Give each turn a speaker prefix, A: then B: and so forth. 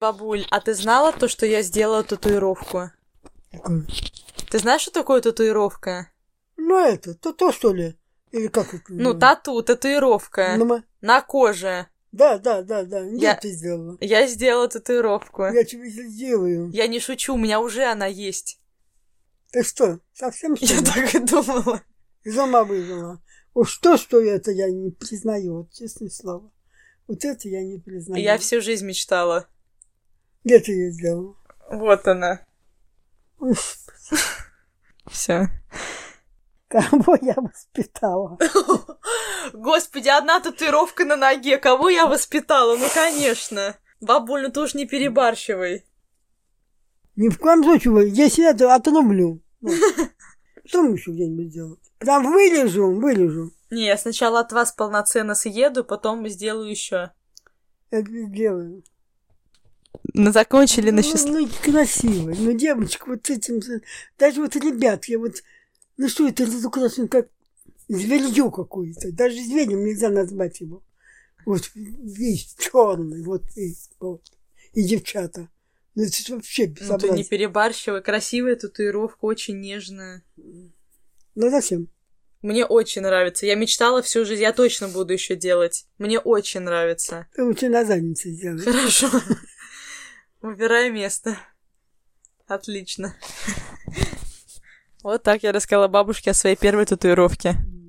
A: Бабуль, а ты знала то, что я сделала татуировку? Ты знаешь, что такое татуировка?
B: Ну это, то, то что ли? Или как это?
A: Ну, тату, татуировка.
B: Ну, мы-
A: На коже.
B: Да, да, да, да. Я
A: Я-
B: ты сделала.
A: Я сделала татуировку.
B: Я тебе сделаю.
A: Я не шучу, у меня уже она есть.
B: Ты что, совсем что
A: Я
B: ли?
A: так и думала.
B: Из ума выжила? Уж то, что это я не признаю, вот честное слово. Вот это я не признаю.
A: Я всю жизнь мечтала.
B: Где ты ее сделала?
A: Вот она.
B: Ой,
A: Все.
B: Кого я воспитала?
A: Господи, одна татуировка на ноге. Кого я воспитала? Ну, конечно. Бабуль, ну ты уж не перебарщивай.
B: Ни в коем случае, вы- если это отрублю. Вот. Что мы еще где-нибудь сделать? Прям вылежу, вылежу.
A: Не, я сначала от вас полноценно съеду, потом сделаю еще.
B: Это сделаю.
A: Закончили на
B: ну, ну, красиво. Ну, девочка, вот этим... за- Даже вот, ребят, я вот... Ну, что это за красный, как зверье какое-то. Даже зверем нельзя назвать его. Вот весь черный, вот и, вот. и девчата. Ну, это ж вообще
A: Ну ты не
B: безобразие.
A: перебарщивай. Красивая татуировка, очень нежная.
B: Ну, зачем?
A: Мне очень нравится. Я мечтала всю жизнь. Я точно буду еще делать. Мне очень нравится.
B: Ты лучше на заднице сделай.
A: Хорошо. Выбираю место. Отлично. Вот так я рассказала бабушке о своей первой татуировке.